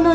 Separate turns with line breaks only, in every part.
の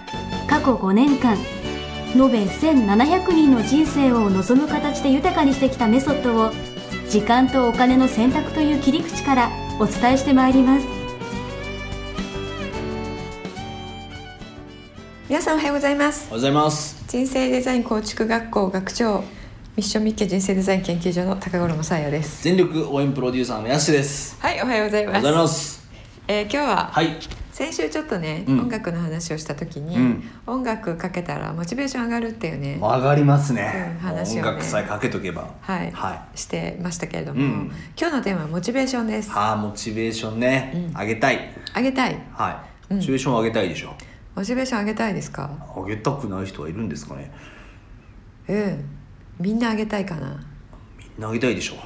過去5年間延べ1700人の人生を望む形で豊かにしてきたメソッドを時間とお金の選択という切り口からお伝えしてまいります
皆さんおはようございます
おはようございます。
人生デザイン構築学校学長ミッションミッケ人生デザイン研究所の高頃さやです
全力応援プロデューサーのやしです。
はいおはようござい
お
ま
は
す
ようございます。
えー今日は
はい。
先週ちょっとね、
うん
音楽の話をした時に、
うん
音楽かけたらモチベーション上がるっていうね、
上がります
うん
ね。
話を
音
ね
楽さえかけとけば。
はい、
は
してましたけれども、
うん
今日のテーマはモチベーションです
ああ、モチベーションね
う。ん
上げたい。
上げたい
は
う
い。
ん
モチベーション上げたいでしょ。
モチベーション上げたいですか
上げたくない人はいるんですかね。
うんみんな上げたいかな
みんな上げたいでしょ。
うん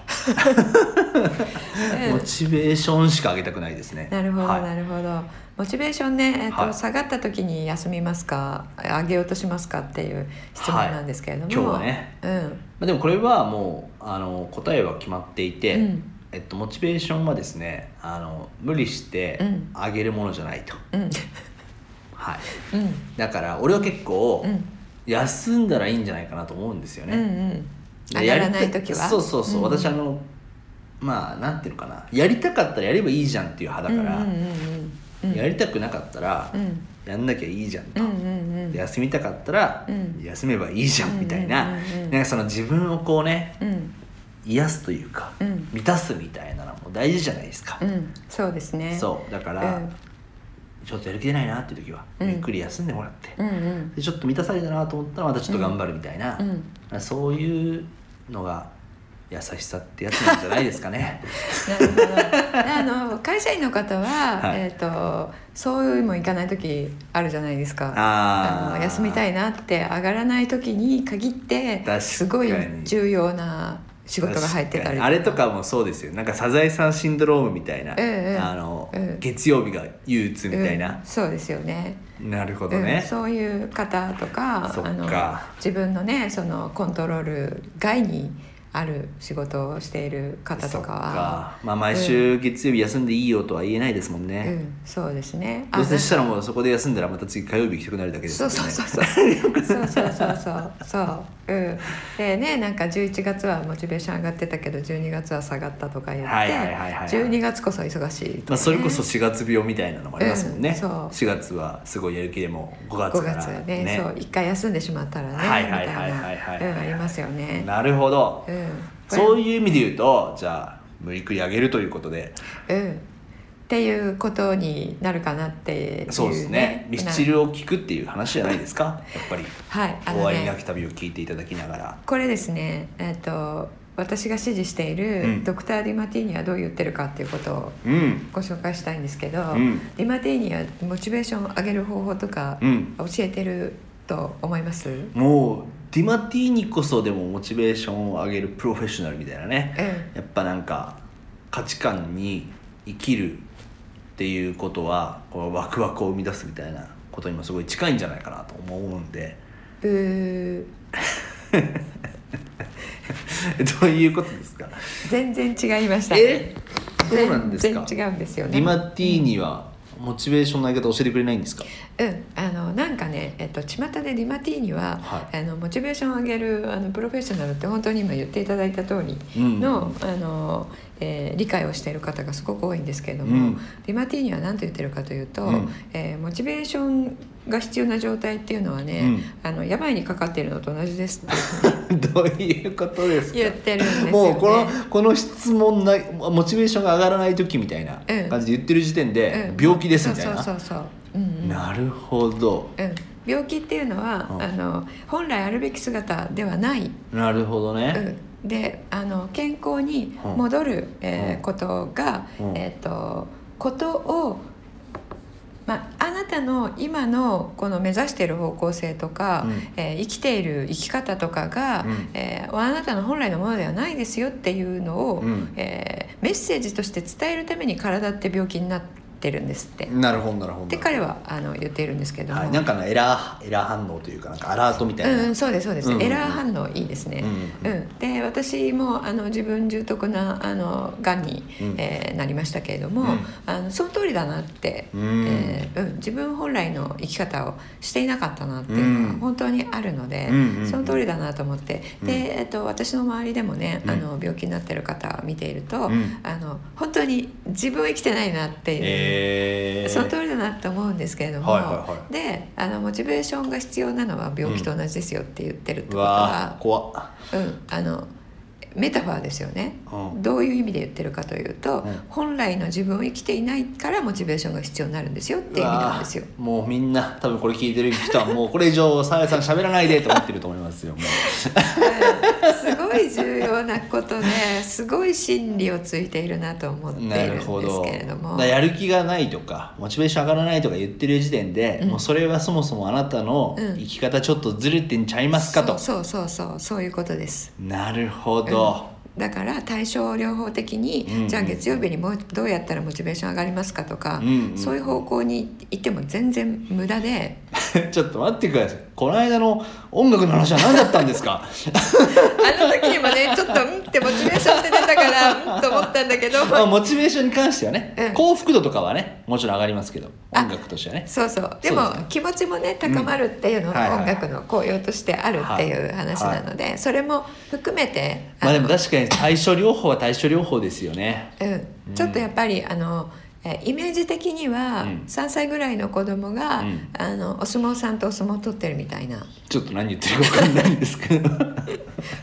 モチベーションしか上げたくないですね。
なるほど、
はい
なるほどモチベーションね、えっと
はい
下がった時に休みますか上げようとしますかっていう質問なんですけれども、
はい今日はね
うん
まあでもこれはもうあの答えは決まっていて、
うん
えっとモチベーションはですね、あの無理して
うん
上げるものじゃないと。
うん
はい。
うん
だから俺は結構、
うん
休んだらいいんじゃないかなと思うんですよ
うんう
ね。
ん
で
上がらな
やり
い
た
時は
そうそうそう、
ん
私あのまあなんていうのかなやりたかったらやればいいじゃんっていう派だから、
うんうんうんうん
やりたくなかったら、
うん
やんなきゃいいじゃんと、
うんうんうん
で休みたかったら、
うん
休めばいいじゃんみたいな,、
うんうんうんうん
なんかその自分をこうね
うん
癒すというか、
うん
満たすみたいなのも大事じゃないですか。
うんそうですね
そうだから、
うん
ちょっとやる気出ないなっていう時は、
うん
ゆっくり休んでもらって、
うんうん
でちょっと満たされたなと思ったらまたちょっと頑張るみたいな、
うん
そういうのが優しさってやつなんじゃないですかね
なるほどであの会社員の方は、
はい
えっ、とそうもいかない時あるじゃないですか
あー
の休みたいなって上がらない時に限って
確かに
すごい重要な 仕事が入ってた
確
り
かにあれとかもそうですよなんかサザエさんシンドロームみたいな、
ええ
あの
ええ
月曜日が憂鬱みたい
うん
な、
そうですよね
なるほど
うん、
ね、
そういう方とか
そっか
あの自分のねそのコントロール外にある仕事をしている方
そ
と
っ
かは
かまあ毎週月曜日休んでいいよとは言えないですもん
う
ね、
ん、そうですねあ
どうせしたらもうそこで休んだらまた次火曜日行きたくなるだけです
そ
も
うん
ね
そうそうそう そうそうそうそうそううんでねなんか11月はモチベーション上がってたけど12月は下がったとか言って、
はいはいはいはい
12月こそ忙しいとかね、
まあ、それこそ4月病みたいなのもありますもんね、
うんそう
4月はすごいやる気でも5
5
月から
月はねそう一回休んでしまったらねみ
は
たい
いはいはいはいはいはい
なうんありますよね
なるほど、
うん
そう
いう
いう意味で言うとじゃあ無理くり上げるということで
うんっていうことになるかなっていう、ね、
そうですねミスチルを聞くっていう話じゃないですかやっぱり
はい
「
あ
終
の
わりな
ね
き旅」を聞いていただきながら
これですねえっ、と私が支持していうる
ん
ドクター・ディマティーニはどう言ってるかっていうことを
うん
ご紹介したいんですけど、
うん
ディマティーニはモチベーションを上げる方法とか
うん
教えてると思います、うん
もうディマティーニこそでもモチベーションを上げるプロフェッショナルみたいなね、やっぱなんか価値観に生きるっていうことはこうワクワクを生み出すみたいなことにもすごい近いんじゃないかなと思うんで
ブー
どういうことですか
全然違いました
えそうなんですか
全然違うんですよね
ディマティーニはモチベーションの上げ方教えてくれない んですか
うん、あのなんかね、えっと、巷でディマティーニは、
は
あのモチベーションを上げるあのプロフェッショナルって本当に今言っていただいた通り
うん
の,、あのえー理解をしている方がすごく多いんですけれども、
うん
ディマティーニは何と言ってるかというと、
うん
えーモチベーションが必要な状態っていうのはね、あの病にかかっているのと同じですって
どういうことですか
言ってるんですよ、ね。
もうこのこの質問なモチベーションが上がらない時みたいな
うん
感じで言ってる時点で
うん
病気ですみたい
そうそう
な
そうそう、うんうん
なるほど
うん、病気っていうのは、
うん
あの本来あるべき姿ではない
なるほどね
うん、であの健康に戻る、えー
うん
ことが、
うん
えっ、とことをまあ、安なたの今のこの目指している方向性とか、
うん
えー生きている生き方とかが、
うん
えーあなたの本来のものではないですよっていうのを、
うん
えーメッセージとして伝えるために体って病気になってるんですって。
なるほどなるほど
って彼はあの言っているんですけども、
はい、なんかのエラーエラー反応というかなんかアラートみたいな、
うんうん、そうですそうです、
うんうんうん
エラー反応いいですね、
う
うんんで私もあの自分重篤なあのがんに、
うん
えーなりましたけれども、
うん
あのその通りだなって、
うん
えーうん自分本来の生き方をしていなかったなっていうの
うん
は本当にあるので、
うんうんうん
その通りだなと思って、で、えっと、私の周りでもね
うん
あの病気になってる方を見ていると、
うん
あの本当に自分を生きてないなっていう。
えー、
その通りだなと思うんですけれども、
はいはいはい
であのモチベーションが必要なのは病気と同じですよって言ってるってこと
うわー
は、
怖っ
うんあのメタファーですよね、
うん
どういう意味で言ってるかというと、
うん
本来の自分を生きていないからモチベーションが必要になるんですよっていう意味なんですよ。
うわーもうみんな多分これ聞いてる人はもうこれ以上さやさん喋らないでと思ってると思いますよ もう
すごい重要なことですごい真理をついているなと思ってい
な
るんで
る
す
ほど
けれども
だからやる気がないとかモチベーション上がらないとか言ってる時点で、もうそれはそもそもあなたの
うん
生き方ちょっとずれてんちゃいますかと、
そうそうそうそうそういうことです。
なるほど、
だから対症療法的に、
うんうん
じゃあ月曜日にもうどうやったらモチベーション上がりますかとか、
うんうん
そういう方向に行っても全然無駄で
ちょっと待ってくださいこの間の音楽の話は何だったんです か
あの時にもねちょっと「うん」ってモチベーションって出たから「うん」と思ったんだけど
まあモチベーションに関してはね、
うん
幸福度とかはねもちろん上がりますけど
あ
音楽としてはね
そうそうでも
そうですね
気持ちもね高まるっていうの
うんはい
が
はい
音楽の効用としてあるっていう話なので、それも含めて
まあでも
あの
確かに対症療法は対症療法ですよね
うん、ちょっとやっぱりあのえイメージ的には
うん
3歳ぐらいの子供が、
うん
あのお相撲さんとお相撲を取ってるみたいな。
ちょっと何言ってるか分かんないんですけ ど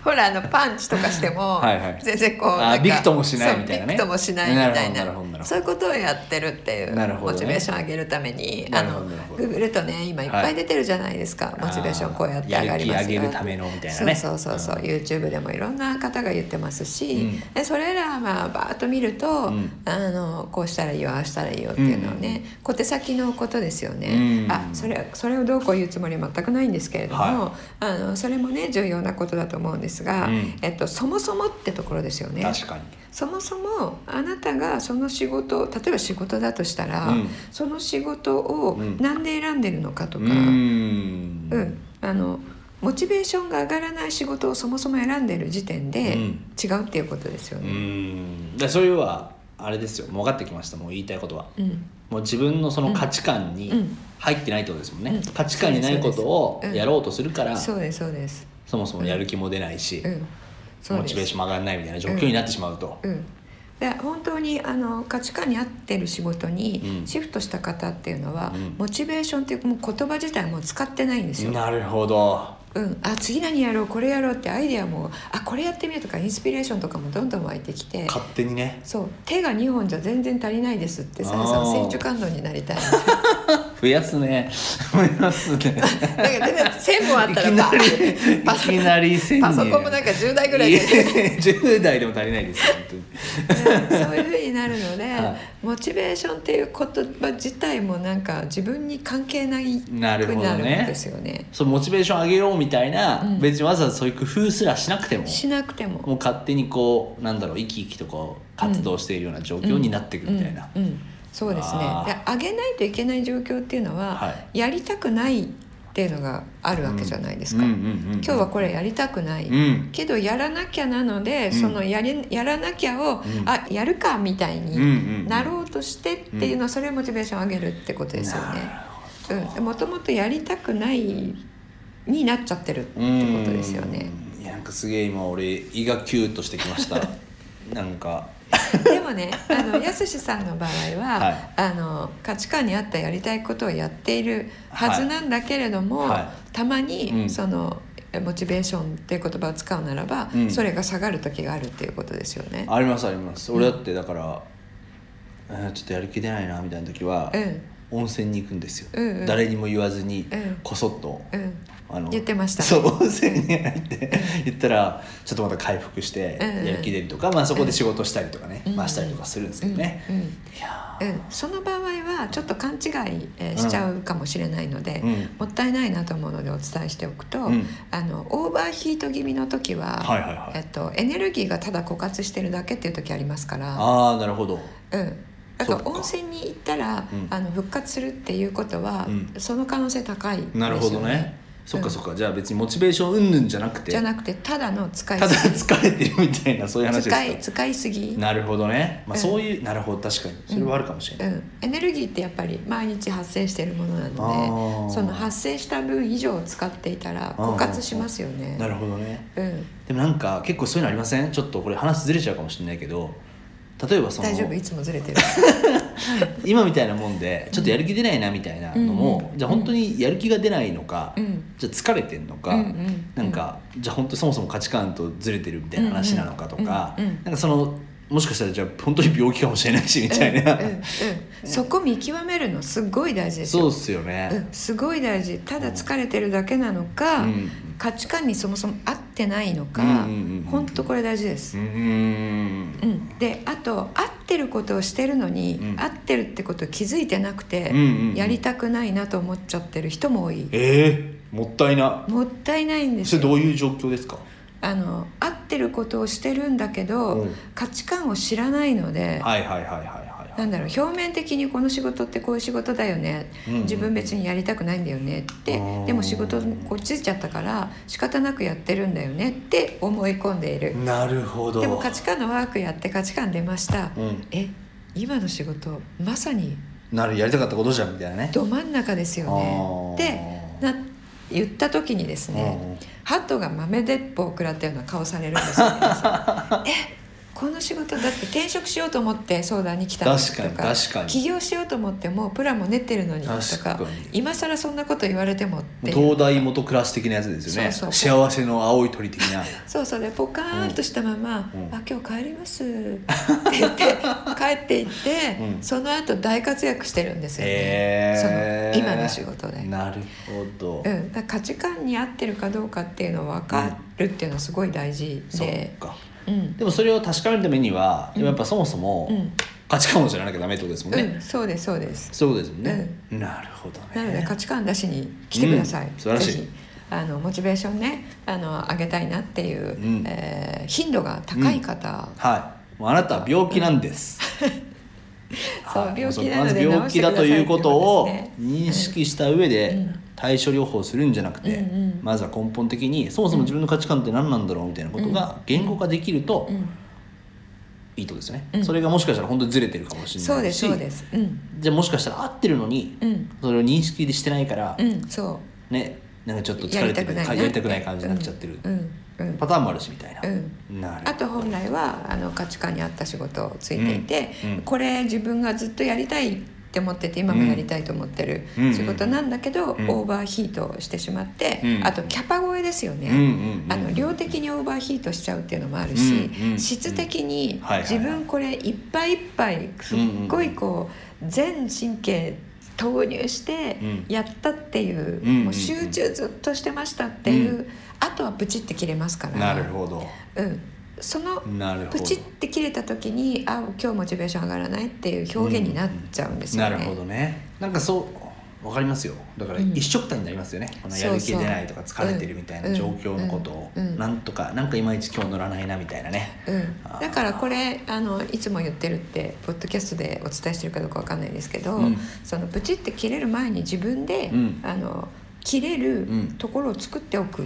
ほらあのパンチとかしても
はいはい
全然こう
あー
なんか
びくともしないみたいなね
そうびくともしないみたい
なるほど
な
なるほどなるほど
そういうことをやってるっていう
なる
モ
ほどね
チベーション上げるために
な
あ
るほど
の
なるほど
グーグルとね今いっぱい出てるじゃないですか
あー
モチベーションこうやって上がりますよ
やる気上げるためのみたいなね
そうそうそうそう YouTube でもいろんな方が言ってますし、
うん
でそれらまあバーッと見ると、
うん
あのこうしたらいいよああしたらいいよっていうのはね、小手先のことですよね、
うん
あそれそれをどうこう言うつもりは全くないんですけれども、
は
あのそれもね重要なことだと思うんですが、
うん
えっと、そもそもってところですよね。
確かに
そもそもあなたがその仕事例えば仕事だとしたら、
うん
その仕事を
うん
なんで選んでるのかと
う
か、
ーん
うんあのモチベーションが上がらない仕事をそもそも選んでる時点で
うん
違うっていうことですよ
う
ね。
んだからそういうはあれですよもう分かってきましたもう言いたいことは
うん
もう自分のその価値観に
うん
入ってないってことですもんね、
うん
価値観にないことを
そうですそうですうん
やろうとするから、
そうですそうです。
そもそもやる気も出ないし、
うん、そうです
モチベーションも上がらないみたいな状況になってしまうと、
うん、で本当にあの価値観に合ってる仕事
う
に
ん
シフトした方っていうのは、
うん
モチベーションっていうもう言葉自体もう使ってないんですよ。
なるほど
うん、あ次何やろうこれやろうってアイデアもあこれやってみようとかインスピレーションとかもどんどん湧いてきて
勝手にね
そう手が2本じゃ全然足りないですってさ
あー
やさん選手感動になりたい
増やす ね増やすね
なんか全然1000本あったらパパ
い
ソ
きなり1000人
パソコンもなんか10台ぐらいで
10代でも足りないですよ本当に
そういうふうになるので、
は
モチベーションっていう言葉自体もなんか自分に関係ないく
な
な
る
る
ほ
ん
どね
ですよね。
そうモチベーション上げようみたいな、
うん
別にわざわざそういう工夫すらしなくても
しなくても。
もう勝手にこうなんだろう生き生きとこう活動しているような状況になっていくみたいな、
うんうんそうですね
あ
で上げないといけない状況っていうのは、
は
やりたくないっていうのがあるわけじゃないですか、
うんうんうんうん
今日はこれやりたくない、
うん
けどやらなきゃなので、
ん
そのやりやらなきゃを、
うん
あやるかみたい
うんうんうん
になろうとしてっていうのは、それをモチベーション上げるってことですよね。うん、もともとやりたくないになっちゃってるってことですよね。
うんいやなんかすげえ今俺胃がキューッとしてきました なんか
でもね、あ のやすしさんの場合は、
はい
あの価値観に合ったやりたいことをやっているはずなんだけれども、
はいはい
たま
うん
にその、モチベーションっていう言葉を使うならば、
うん
それが下がる時があるっていうことですよね。
ありますあります俺だってだから、えーちょっとやる気出ないなみたいな時は、
うん、
温泉に行くんですよ、
うんうん
誰にも言わずに
うん
こそっと、
うん
あの
言ってました
そう温泉に入って言ったらちょっとまた回復して
うんうん
やる気出るとか、まあ、そこで仕事したりとかね、
うん
まあ、したりとかするんですけどね、
うんうん
いや
うん、その場合はちょっと勘違いえーしちゃうかもしれないので、
うん
もったいないなと思うのでお伝えしておくと、
うん
あのオーバーヒート気味の時は,、
はいはいはい
えっと、エネルギーがただ枯渇してるだけっていう時ありますから、
ああなるほど
うん、だから
そっか
温泉に行ったら、
うん
あの復活するっていうことは、
うん
その可能性高いですよ、
なるほどねそっかそっか、じゃあ別にモチベーション云々じゃなくて
じゃなくてただの使い
ただ
す
疲れてるみたいなそういう
ぎ
話
使い
です
使いすぎ
かなるほどね、ま
う
あ、
ん
そういう、なるほど確かにそれはあるかもしれ
う
ない、
ん、エネルギーってやっぱり毎日発生しているものな
あ
の
ー
でその発生した分以上使っていたら枯渇しますよね。
なるほどね
うん、
でもなんか結構そういうのありませんちょっとこれ話ずれちゃうかもしれないけど例えばその
大丈夫いつもずれ てる。
今みたいなもんでちょっとやる気出ないなみたいなのも、
うん
じゃあ本当にやる気が出ないのか、
うん
じゃあ疲れてんのか、
うんうん
なんかじゃあ本当そもそも価値観とずれてるみたいな話なのかとか、
うんうんうんうん
なんかそのもしかしたらじゃあ本当に病気かもしれないしみたいな、
うんうん、そこ見極めるのすごい大事です
そう
よ。
っすよね、
うん、すごい大事。ただ疲れてるだけなのか、
うん
価値観にそもそも合ってないのか
うんうんうんうん、
本当これ大事です
う。ん
うん、であと合ってることをしてるのに、
うん
合ってるってことを気づいてなくて、
うんうんうん
やりたくないなと思っちゃってる人も多い
えー、もったいな
もったいないんです
そ
よ
れどういう状況ですか
あの合ってることをしてるんだけど、
うん
価値観を知らないので、
はいはいはいはいはいは
ないんだろう表面的にこの仕事ってこういう仕事だよね、
うんうん
自分別にやりたくないんだよねって
うん
でも仕事にこっちついちゃったから仕方なくやってるんだよねって思い込んでいる
なるほど
でも価値観のワークやって価値観出ました、
うん
え今の仕事まさに
なるやりたかったことじゃんみたいなね
ど真ん中ですよねっ
あー
てな言った時にです
うんうん
ねハトが豆鉄砲を食らったような顔されるんですよ、ね、皆 さんえこの仕事だって転職しようと思って相談に来たのにとか
確かに確かに
起業しようと思ってもうプランも練ってるのにとか
確かに
今更そんなこと言われてもっていう
東大元暮らし的なやつですよね
そうそう
幸せの青い鳥的な
そうそうでポカーンとしたまま「
うんうん
あ今日帰ります」って言って帰っていって、
うん
その後大活躍してるんですよね、
へえ
その今の仕事で。
なるほど、
うん、だから価値観に合ってるかどうかっていうのを分かるっていうのはすごい大事
そ
で
っ、か
うん
でもそれを確かめるためには、
うん
やっぱそもそも
うん
価値観を知らなきゃダメってことですもん
う
ね、
ん、そうですそうです
そういうことですもんね、なるほどね
なので価値観出しに来てください、
うん素晴らし
ぜ
い
ひあのモチベーションねあの上げたいなっていう、
うん
えー頻度が高い方、
はいもうあなたは病気なんです、
そう
はい
病気な
ま
の
ず
で
病気だということを
治してくださいっていうことですね
認識した上
う
で
ん
対処療法するんじゃなくて、
うんうん
まずは根本的にそもそも自分の価値観って何なんだろうみたいなことが言語化できると
うん
いいとですね、
うん
それがもしかしたら本当にずれてるかもしれ
そう
な
で
い
す
し
そうですうん
じゃあもしかしたら合ってるのに
うん
それを認識してないから、
うんそ
ねなんかちょっと
う
疲れてる
な
かやりたくない感じになっちゃってる、
うんうんうん
パターンもあるしみたいな、
うん
なる
あと本来はあの価値観に合った仕事をついていて、
うんうん
これ自分がずっとやりたいって思ってて今もやりたいと思ってる
うん
仕事なんだけど、
うん
オーバーヒートしてしまって、
うん
あとキャパ超えですよね、
うんうんうん
あの量的にオーバーヒートしちゃうっていうのもあるし、
うんうん
質的に
はいはいはい
自分これいっぱいいっぱいすっごいこう全神経投入して
うん
やったっていう,、
うんうん
もう集中ずっとしてましたっていう、
う
あとはブチって切れますから。
なるほど
うん、その
なるほど
プチって切れた時にあ今日モチベーション上がらないっていう表現になっちゃうんですよね。
なるほどねなんかそうわかりますよだから
うん
一緒くたになりますよね、このやる気出ないとか
そうそう
疲れてるみたいな状況のことを、
うんうんうん
なんとかなんかいまいち今日乗らないなみたいなね
うん、だからこれあのいつも言ってるってポッドキャストでお伝えしてるかどうかわかんないですけど、
うん
そのプチって切れる前に自分で、
うん
あの切れる
うん
ところを作っておく、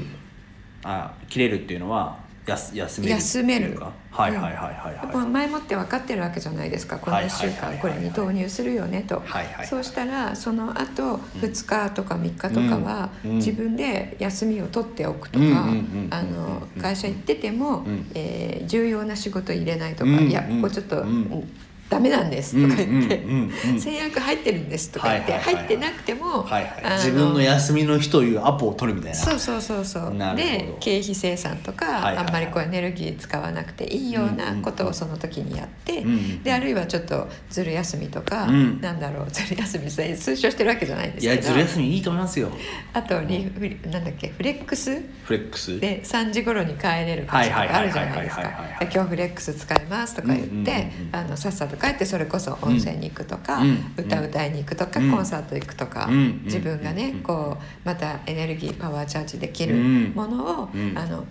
あ切れるっていうのはやす休める
休め
ってい
る
うかはいはいはいはい
も
は
う前もって分かってるわけじゃないですかこの
はい
1
はい
週
はいはい
間これに投入するよねと、
はいはい
そうしたらその後
うん
2日とか3日とかは
うん
自分で休みを取っておくとか、
うんうんうん
あ
うん
の
うん
会社行ってても、
うん
えー重要な仕事入れないとか、
うん
いやここちょっと、
うん
ダメなんです」とか言って
うんうんうんう
「
ん
制約入ってるんです」とか言って
はいはいはいは
入
い
ってなくても
はいは
あ
い、自分の
の
休みの日というアポを取るみたいな
そうそうそうそう
なるほど
で経費生産とか、
いはいはい
あんまりこうエネルギー使わなくていいようなことをその時にやって、
うんうん
であるいはちょっとずる休みとか、
うん
なんだろうずる休み推奨してるわけじゃないんです
い
けど
やずる休みいいと思いますよ
あとリフリなんだっけフレックス
フレックス
で3時頃に帰れる会社とかあるじゃないですか
はいはいはいはいはいはいはい
で今日フレックス使います」とか言って、
うんうんうんうん
あのさっさと帰ってそれこそ温泉に行くとか、
うん
歌歌いに行くとか、
うん
コンサート行くとか、
うんうん
自分がね、
うん
こうまたエネルギーパワーチャージできる
うん
ものを、
うん
あの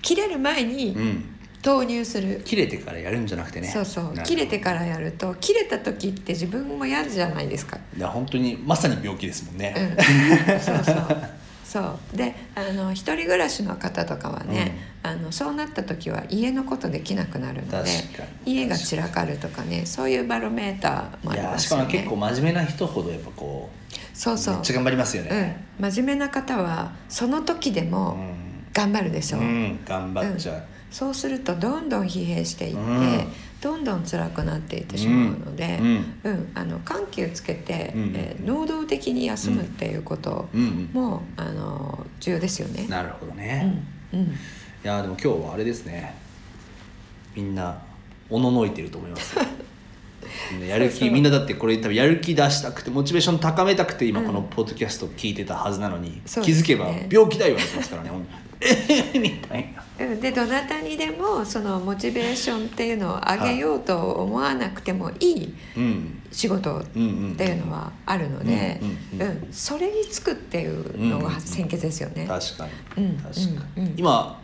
切れる前
う
に
ん
投入する。
切れてからやるんじゃなくてね
そうそう
なるほど
切れてからやると切れた時って自分も嫌じゃないですか
いや本当にまさに病気ですもんね、
うんそうそうそうであの一人暮らしの方とかはね、あのそうなった時は家のことできなくなるので
確かに
家が散らかるとかねそういうバロメーターもあ
い
り
や
ます
しか
よ
も
ね
結構真面目な人ほどやっぱこ
そううそう
めっちゃ頑張りますよね、
うん、真面目な方はその時で
う
も
ん
頑張るでし
う
ょう、
ん頑張っちゃう、
そうするとどんどん疲弊していって、
うん
どんどん辛くなっていってしまうので、
う
うん
ん
あの緩急つけて、
うんうんうん
えー能動的に休むっていうことを、
うんうん
もうあの重要ですよね。
なるほど
う
ね、
んうん、
いやでも今日はあれですねみんなおののいてると思います よみんなやる気
そうそう
みんなだってこれ多分やる気出したくてモチベーション高めたくて今このポッドキャストを聞いてたはずなのに、
そう
気
です
づ
ね
けば病気だよ言われてますからね えみたいな
うんでどなたにでもそのモチベーションっていうのを上げようと思わなくてもいい
うん
仕事って
うんうん
いうのはあるので、
う
うんん
うんうん
それにつくっていうの
うんうん
が先決ですよね。
確か
う
に
ん
確かに、
うんうん
今、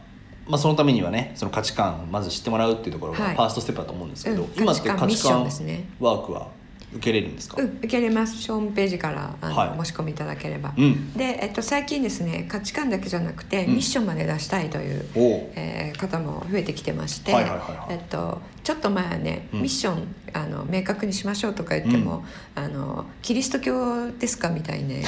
まあ、そのためにはねその価値観をまず知ってもらうっていうところがフ
はい
ァーストステップだと思うんですけど、
うん
今って
価値
価値観
観ミッションですね
ワークは受けれるんですか、
うん、受け入れますホームページからあの、
はい
お申し込みいただければ、
うん
で、えっと、最近ですね価値観だけじゃなくて、
ん
ミッションまで出したいという、
おお
えー方も増えてきてまして、
はいはいはいはい
えっと、ちょっと前はね、
うん
ミッションあの明確にしましょうとか言っても、あのキリスト教ですかみたい に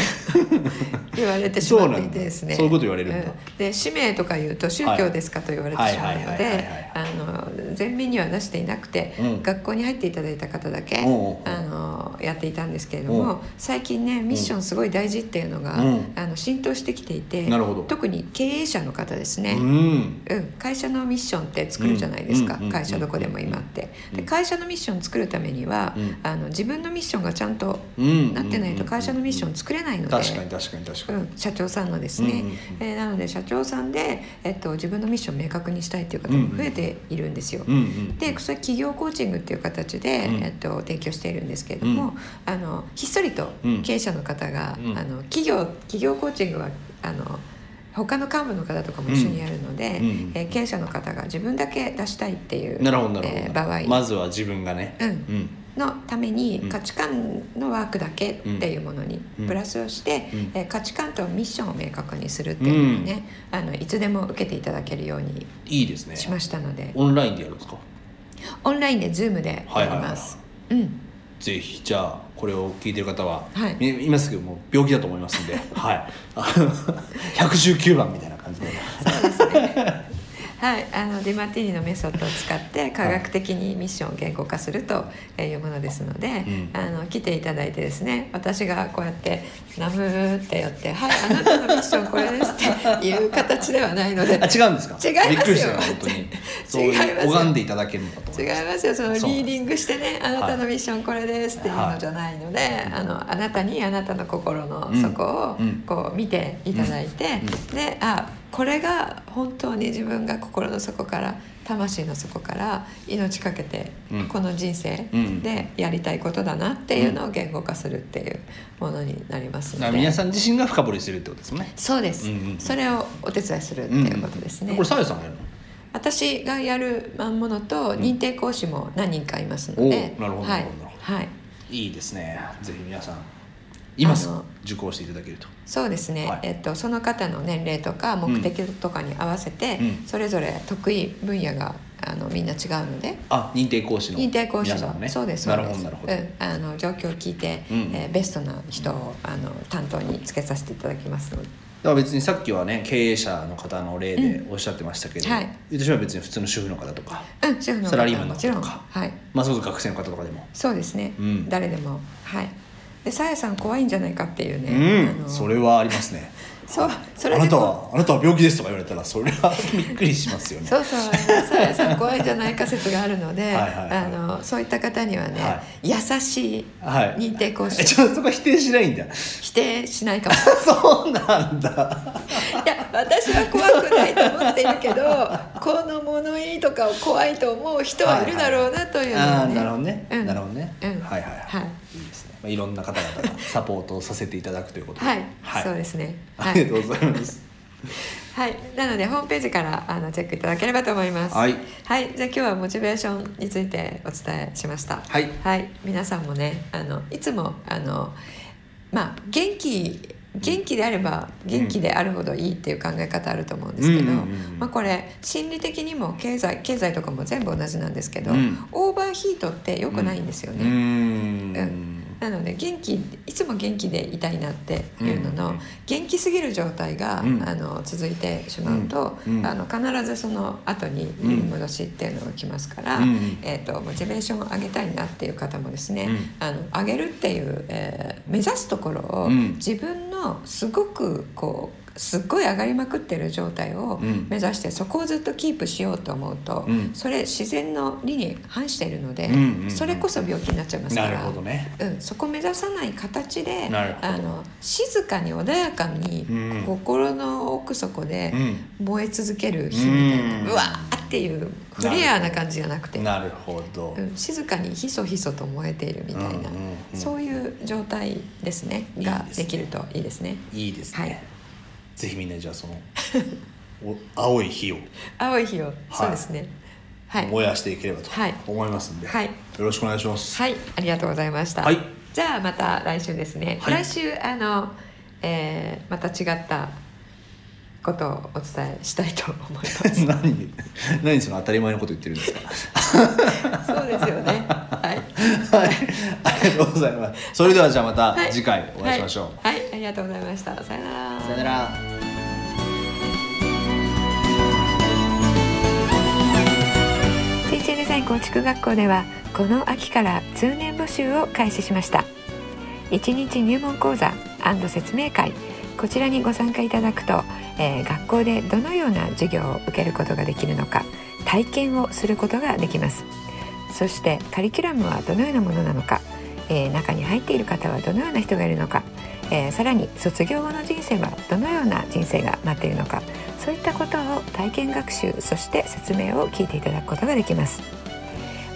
言われてしまっていてですね
そうなんだそういうこと言われるんだ
で使命とか言うと宗教ですかと言われてしまう
は
の
いはいはいはい
で
はい
あの全面には出していなくて、
うん
学校に入っていただいた方だけ、
おうおうおう
あのやっていたんですけれど
うん
も最近ねミッションすごい大事っていうのが、
うん
あの浸透してきていて
なるほど
特に経営者の方ですね、
うん
うん、会社のミッションって作るじゃないですか、
うんうん
会社どこでも今って、
うん
で会社のミッション作るためには、
うん
あの自分のミッションがちゃんと
うん
なってないと会社のミッション作れないので、
確かに確かに確か
う
に、
ん、社長さんのですね、
うんうんうん
えーなので社長さんで、えっと、自分のミッションを明確にしたいっていう方も増えているんですよ。
うんうん
でそれは企業コーチングっていう形で、
うん
えっと、提供しているんですけれども、
うん
あのひっそりと
うん
経営者の方が、
うん
あの企業企業コーチングはあの他の幹部の方とかも一緒にやるので、
うんうん
えー経営者の方が自分だけ出したいっていう
なるほどなるほど、
えー場合
まずは自分がね、
うん
うん
のために
うん
価値観のワークだけっていうものに
うん
プラスをして、
うん
えー価値観とミッションを明確にするっていうのをね、あのいつでも受けていただけるように
いいですね
しましたので
オンラインでやるんですか
オンラインで Zoom で
はい
やり
はいはい
ます。うん
ぜひじゃあこれを聞いてる方は、
はい
み今すぐもう病気だと思います んではいあ119番みたいな感じで
そうですね。はい、あのディマティーニのメソッドを使って科学的にミッションを言語化するというものですので、
うん
あの来ていただいてですね私がこうやって「ナムー」ってやって「はいあなたのミッションこれです」っていう形ではないので
あ違うんですか
違いますよ
びっくりしたよ本当にそ う
違います
い
よ
う拝んでいただけるのかと思
違
い
い
ました
ますよそのリーディングしてね「あ
うなんです
なたのミッションこれです」っていうのじゃないので、あのあなたにあなたの心の
うん
底を
うん
こう見ていただいて、であこれが本当に自分が心の底から魂の底から命かけて、
うん
この人生
うん
でやりたいことだなっていうのを言語化するっていうものになります
だか
の
ら
で、
皆さん自身が深掘りするってことですね
そうです、
うんうん
それをお手伝いするって
ん
いうことですね。
これさやさんがやるの
私がやるものと認定講師も何人かいますので、
おう
はい
なるほどなるほどなるほど
はい、
いいですねぜひ皆さん今す
あ
ぐ
の
受講していただけると
そうですね、
はい
えっと、その方の年齢とか目的とかに合わせて、
うん
それぞれ得意分野があのみんな違うので。
あ認定講師の
認定講師
皆さ
の、
んもね
そうですそ
な
う
る
で
ほど
す
なるほど、
うん、あの状況を聞いて、
うん
えーベストな人をあの担当につけさせていただきますので
だから別にさっきはね経営者の方の例でおっしゃってましたけど、
はい
私は別に普通の主婦の方とか、
うん、主婦の
サ
方
ラリーマ
は
ンの
も
方
ちろん、
とか
はい、
まあそうそう学生の方とかでも、
そうですね、
うん
誰でもはいでさやさん怖いんじゃないかっていうね、
うん
あの
それはありますね
そう それ
あ
で
なた
こ
はあなたは病気ですとか言われたらそれはびっくりしますよ
う
ね
そうそうさやさん怖いんじゃないか説があるので
はいはいはい
あのそういった方にはね、
は
優しい
はい
認定講
え
師
ちょっとそこ否定しないんだ
否定しないかも
そうなんだ
いや私は怖くないと思っているけどこの物言いとかを怖いと思う人はいるだろうなというの
あ
は
あ
ね
なるほどね、
うん
なるほどね、
うん
はいはいはい、
はい
いですね、まあ、いろんな方々がサポートをさせていただくということで
はい、そうですねは
あり
い、
がとうございます
はい、なのでホームページからあのチェックいただければと思います
はい、
はい、じゃあ今日はモチベーションについてお伝えしました
はい
皆さんもねあのいつもあのまあ元気元気であれば元気であるほどいいっていう考え方あると思うんですけど、
うんうんうんうん
まあ、これ心理的にも経済経済とかも全部同じなんですけど、
うん
オーバーヒートって良くないんですよ
う
ね、
ー
うんなので元気いつも元気でいたいなっていうのの、
うん
元気すぎる状態が、
うん
あの続いてしまうと、
うんうん
あの必ずその後に
うん
揺り戻しっていうのがきますから、
うん
えー、とモチベーションを上げたいなっていう方もですね、
う
あの上げるっていう、えー目指すところを、
うん
自分のすごくこうすっごい上がりまくってる状態を
うん
目指して、そこをずっとキープしようと思うと、
うん
それ自然の理に反しているので、
うんうんうん
それこそ病気になっちゃいますか
な
ら。
るほどね
うん、そこ目指さない形で
なるほど
あの静かに穏やかに、
うん
心の奥底で
うん
燃え続ける日みたいな、
う
うんわーっていうフレアな感じじゃなくて
なるほど、
うん、静かにひそひそと燃えているみたいな、
うんうんうん
そういう状態ですね
いいですね
ができるといいですね。
いいですね、
はい
ぜひみんなじゃあそのお青い火を
青い日を、そうですね。はい、
燃やしていければと
はい
思いますんで、
はい
よろしくお願いします。
はい、ありがとうございました。
はい
じゃあまた来週ですね。
はい
来週あの、えーまた違ったことをお伝えしたいと思います。
何何その当たり前のこと言ってるんですか。
そうですよね。はい。
はい、ありがとうございます。それではじゃあま
は
た
い
次回お会いしましょう。
はい、はいありがとうございました。さよなら。
さよなら。
人生デザイン構築学校ではこの秋から通年募集を開始しました1日入門講座説明会こちらにご参加いただくと、えー学校でどのような授業を受けることができるのか体験をすることができますそしてカリキュラムはどのようなものなのか、えー中に入っている方はどのような人がいるのか、えーさらに卒業後の人生はどのような人生が待っているのかそういったことを体験学習そして説明を聞いていただくことができます